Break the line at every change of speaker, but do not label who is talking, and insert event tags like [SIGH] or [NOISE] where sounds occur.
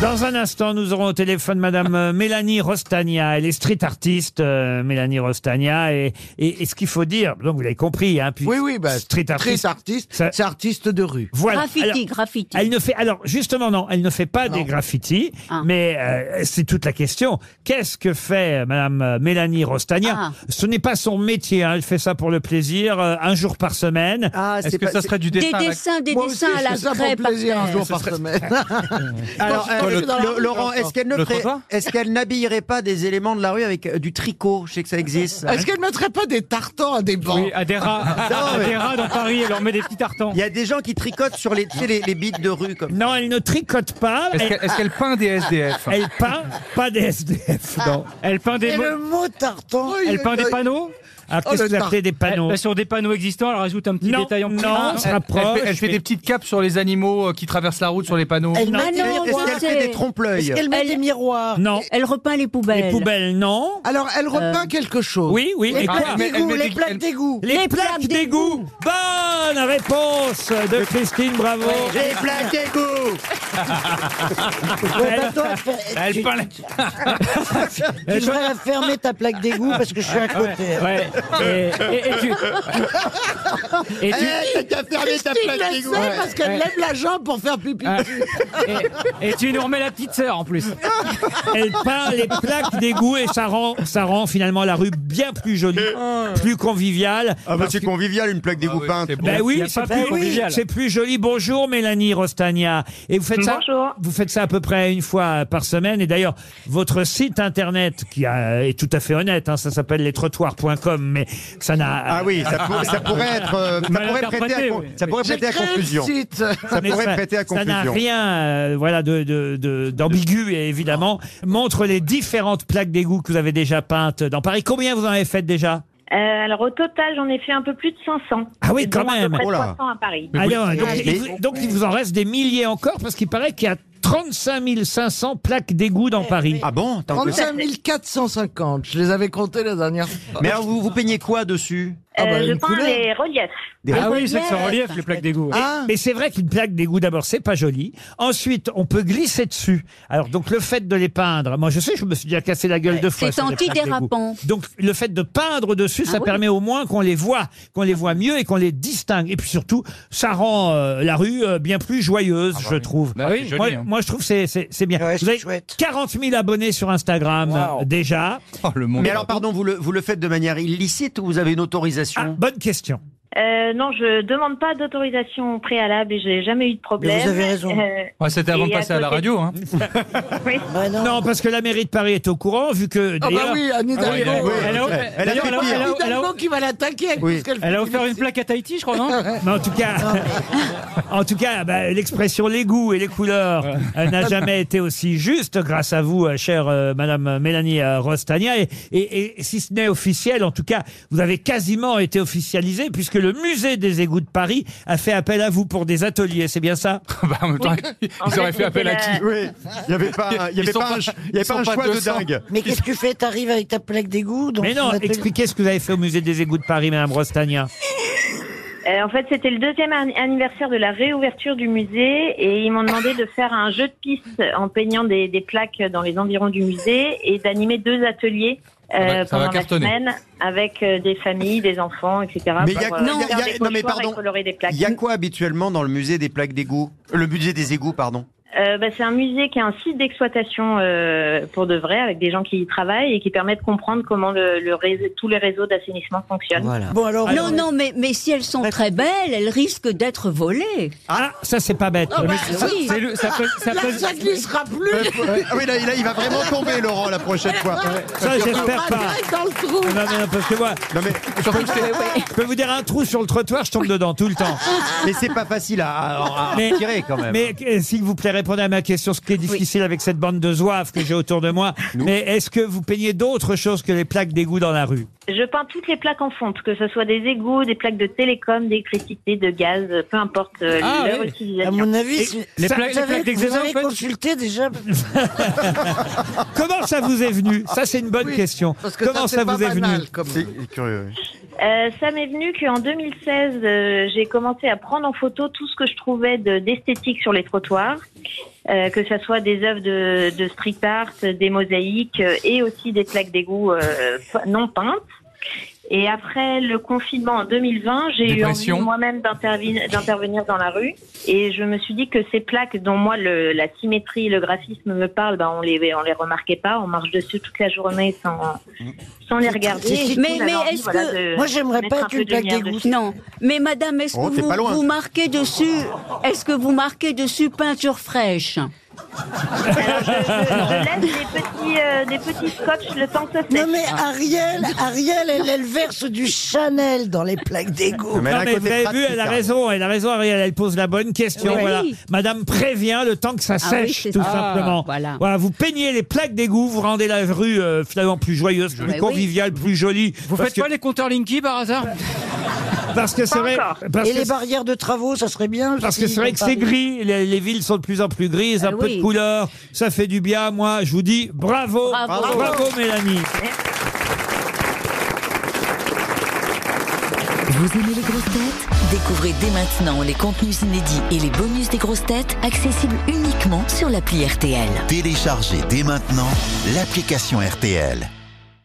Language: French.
Dans un instant, nous aurons au téléphone Madame euh, Mélanie Rostagna. Elle est street artiste, euh, Mélanie Rostagna. Et, et- et ce qu'il faut dire, donc vous l'avez compris, hein, puis
Oui, oui, bah,
street artiste.
artiste,
Ça-
c'est artiste de rue.
Voilà.
Graffiti,
Alors,
graffiti.
elle ne fait alors justement non, elle ne fait pas
Non.
des graffitis,
Ah.
mais euh, c'est toute la question. Qu'est-ce que fait euh, Madame euh, Mélanie Rostagna
Ah.
Ce n'est pas son métier. hein, elle fait ça pour le plaisir, euh, un jour par semaine.
Ah,
Est-ce que ça serait du
Des
dessin Max
dessins, des
Moi aussi,
dessins
je
à
fais
la Euh,
ça pour
craie par
plaisir un
terre.
jour par semaine.
Alors,
Quand
euh,
je suis dans la
le-
rue,
Laurent,
j'entends.
est-ce qu'elle ne
Le
ferait-
trottoir
est-ce qu'elle n'habillerait pas des éléments de la rue avec euh, du tricot Je sais que ça existe. ça.
Est-ce qu'elle mettrait pas des tartans à des bancs
Oui, à des [LAUGHS] rats.
Non,
À
mais-
des rats dans Paris, elle leur met des petits tartans.
Il y a des gens qui tricotent sur les, tu sais, les, les bites de rue comme.
Non, elle ne tricote pas.
Est-ce
Elle,
qu'elle, est-ce qu'elle peint des SDF
elle peint pas des SDF. Non.
Elle peint des,
Et
mo-
le mot tartan Euh,
elle peint des panneaux
Alors,
Oh,
Ah, qu'est-ce
le
que vous appelez des panneaux
Elle- Sur des panneaux existants, elle rajoute un petit
Non,
détail en
non,
plus.
on se rapproche.
Elle, fait, elle fait des petites capes sur les animaux euh, qui traversent la route sur les panneaux.
Elle met
Ah
des-
non,
Est-ce
moi,
qu'elle
c'est-
fait des trompe-l'œil
Elle met
Elle-
des miroirs.
Non.
Elle repeint les poubelles.
Les poubelles, non.
Alors, elle repeint quelque chose.
Oui, oui.
Oh. Les
et quoi
plaques
mais- elle
d'égout,
met
les
des-
plaques
elle-
d'égout.
Les,
Les
plaques
plaques
d'égout. Bonne réponse de Christine Bravo.
J'ai plaqué goût
Elle-
Attends, fais-
Elle peint.
tu devrais fermer ta plaque d'égout parce que je suis à côté.
Ouais. Et, et- et tu. Et tu-
Eh, t'as fermé ta plaque d'égout.
Ouais,
parce qu'elle
ouais.
lève la jambe pour faire pipi.
Ah. et- et tu nous remets la petite sœur en plus.
Elle peint les plaques d'égout et ça rend, ça rend finalement la rue bien plus jolie, plus conviviale.
Ah bah c'est convivial une plaque des groupins.
Ben
Il
oui,
y a
c'est
Bah pas
plus,
plus convivial.
c'est plus joli. Bonjour Mélanie Rostagna. Et vous faites ça,
Bonjour.
vous faites ça à peu près une fois par semaine. Et d'ailleurs, votre site internet qui a- est tout à fait honnête, hein, ça s'appelle lestrottoirs.com, mais ça n'a.
Ah oui, ça, pour- ça pourrait être, euh, ça
Mal
pourrait prêter à,
interprété,
con-
oui.
ça pourrait
J'ai
prêter à
créé le
confusion.
site.
Ça
mais
pourrait prêter à
ça n'a
confusion.
rien, euh, voilà, de, de, de- d'ambigu, et évidemment. Montre les différentes plaques d'égout que vous avez déjà peintes dans Paris. Combien vous en avez faites déjà
Euh, alors au total, j'en ai fait un peu plus de 500.
Ah oui,
Et
quand
dont à peu
même.
près
Oh là.
300 à Paris.
Mais vous-
Alors, Ah donc,
Mais-
il, vous- donc, il vous en reste des milliers encore, parce qu'il paraît qu'il y a 35 500 plaques d'égout dans Paris.
Ah bon T'as encore-
35 450. Je les avais comptés la dernière fois.
Mais alors, vous, vous peignez quoi dessus
Ah bah,
Euh, je
une
peins
couleur.
les reliefs.
Ah oui, c'est que ça relief les plaques d'égout.
Ah,
Mais c'est vrai qu'une plaque d'égout, d'abord, c'est pas joli. Ensuite, on peut glisser dessus. Alors, donc, le fait de les peindre, moi, je sais, je me suis déjà cassé la gueule deux fois.
C'est
sur les plaques d'égout.
antidérapant. Ah
Donc, le fait de peindre dessus, ça
oui.
permet au moins qu'on les voit, qu'on les voit mieux et qu'on les distingue. Et puis surtout, ça rend euh, la rue euh, bien plus joyeuse, je trouve.
Bah oui, c'est joli,
moi,
hein.
moi, je trouve que c'est- c'est c'est bien.
Ouais,
Vous
c'est
avez
chouette.
40 000 abonnés sur Instagram,
Wow.
euh, déjà.
Oh, le monde.
Mais alors, pardon, vous le, vous le faites de manière illicite ou vous avez une
Ah,
Hein.
autorisation
bonne question.
Euh, non, je demande pas d'autorisation préalable et j'ai jamais eu de problème.
Mais vous avez raison.
Euh,
Ouais, c'était avant de
Et à
passer à la
côté-
radio. Hein.
oui.
Ouais, non.
Non, parce que la mairie de Paris est au courant, vu que
Oh,
Ah
d'ailleurs.
bah oui, Anne
Ah oui,
Hidalgo.
elle a-
Elle a
d'ailleurs,
fait
elle a-
pire.
elle a- elle a-
Hidalgo qui va l'attaquer. avec
Oui.
tout ce qu'elle
Elle a
fait.
offert une plaque à Tahiti, je crois, [LAUGHS] non
Mais en tout cas, [LAUGHS] en tout cas, bah, l'expression les goûts et les couleurs euh, n'a jamais été aussi juste grâce à vous, euh, chère euh, Madame Mélanie euh, Rostagna. Et, et- et si ce n'est officiel, en tout cas, vous avez quasiment été officialisé puisque le musée des égouts de Paris a fait appel à vous pour des ateliers. C'est bien ça
Bah, en même temps,
En
ils auraient
c'était
fait appel à
la-
qui
Oui, il n'y avait pas, un- il y
Ils
avait
sont
pas, un,
pas-
ch- il y avait
ils
pas
sont
un
pas
choix de
200.
dingue.
Mais qu'est-ce que tu fais T'arrives avec ta plaque d'égout dans
Mais non,
ton atelier
expliquez ce que vous avez fait au musée des égouts de Paris, Madame Rostagna.
Euh, en fait, c'était le deuxième an- anniversaire de la réouverture du musée et ils m'ont demandé de faire un jeu de piste en peignant des, des plaques dans les environs du musée et d'animer deux ateliers
Ça va-
euh,
ça va
pendant la
cartonner.
semaine avec euh, des familles, des enfants, etc.
Mais il y a
pour,
quoi-
euh,
il y a-
faire
il y a-
des
non, mais
pochoirs et
pardon.
colorer des plaques.
Il y a quoi habituellement dans le musée des plaques d'égout Le musée des égouts, [LAUGHS] pardon.
Euh, bah, c'est un musée qui a un site d'exploitation euh, pour de vrai, avec des gens qui y travaillent et qui permet de comprendre comment le, le réseau, tous les réseaux d'assainissement fonctionnent.
Voilà.
Bon alors, Bah,
Non, non, mais, mais si elles sont très belles, elles risquent d'être volées.
Ah, ça c'est pas bête.
bah,
c'est-
oui.
c'est le- ça pèse- ça
Là,
pèse-
ça glissera plus.
Euh,
Ah oui, là, là, il va vraiment tomber, Laurent, la prochaine fois.
Ça j'espère
Ah,
pas.
direct dans le trou.
Non, mais non, parce que moi,
Non mais,
surtout que c'est-
je peux vous dire un trou sur le trottoir, je tombe dedans tout le temps.
mais c'est pas facile à, à, à
Mais-
tirer quand même. hein.
Mais euh, s'il vous plaît, répondez à ma question, ce qui est difficile avec cette bande de zouaves que j'ai autour de moi. Mais est-ce que vous peignez d'autres choses que les plaques d'égout dans la rue
Je peins toutes les plaques en fonte, que ce soit des égouts, des plaques de télécom, d'électricité, de gaz, euh, peu importe euh,
Ah,
leur
oui.
à
utilisation.
mon avis, c'est-
Les
Ça-
plaques,
vous
les
avez,
plaques
vous
d'examen, en
avez
fait
consulté déjà
Comment ça vous est venu Ça, c'est une bonne
Oui,
question.
Parce que
Comment
c'est
ça,
pas
vous est
banal,
venu
comme-
C'est curieux. oui.
Euh, ça m'est venu qu'en 2016, euh, j'ai commencé à prendre en photo tout ce que je trouvais de- d'esthétique sur les trottoirs. euh, que ce soit des œuvres de, de street art, des mosaïques euh, et aussi des plaques d'égout euh, pe- non peintes. Et après le confinement en 2020, j'ai eu envie
Dépression.
moi-même d'intervi- d'intervenir dans la rue. Et je me suis dit que ces plaques dont moi le- la symétrie, le graphisme me parle, ben on les on les remarquait pas, on marche dessus toute la journée sans sans les regarder. Et du coup,
Mais,
j'avais
mais
envie,
est-ce
voilà,
que.
de mettre un peu de lumière dessus.
Non. Mais madame, est-ce
Oh,
que
t'es
vous,
pas loin.
vous marquez dessus. Est-ce que vous marquez dessus peinture fraîche
Je laisse des petits, euh, des petits scotch le temps que ça
Non mais Ariel, Ariel, elle, elle verse du Chanel dans les plaques d'égout.
Non, mais vous avez vu, elle a raison, elle a raison, Ariel, elle pose la bonne question.
Oui.
Voilà. Madame prévient le temps que ça
Ah oui,
sèche,
c'est
tout
ça.
simplement.
Ah, voilà.
vous peignez les plaques d'égout, vous rendez la rue euh, finalement plus joyeuse, plus
Mais oui.
conviviale, plus jolie.
Vous
Parce
faites
que-
pas les compteurs Linky par hasard
Parce que c'est vrai. Parce
Et
que
les barrières de travaux, ça serait bien.
Parce
si
que c'est vrai que c'est
Paris-
gris, les, les villes sont de plus en plus grises, un
Ah
peu
oui.
de couleur, ça fait du bien. Moi, je vous dis bravo,
Bravo.
bravo, Mélanie.
Vous aimez les grosses têtes Découvrez dès maintenant les contenus inédits et les bonus des grosses têtes accessibles uniquement sur l'appli RTL.
Téléchargez dès maintenant l'application RTL.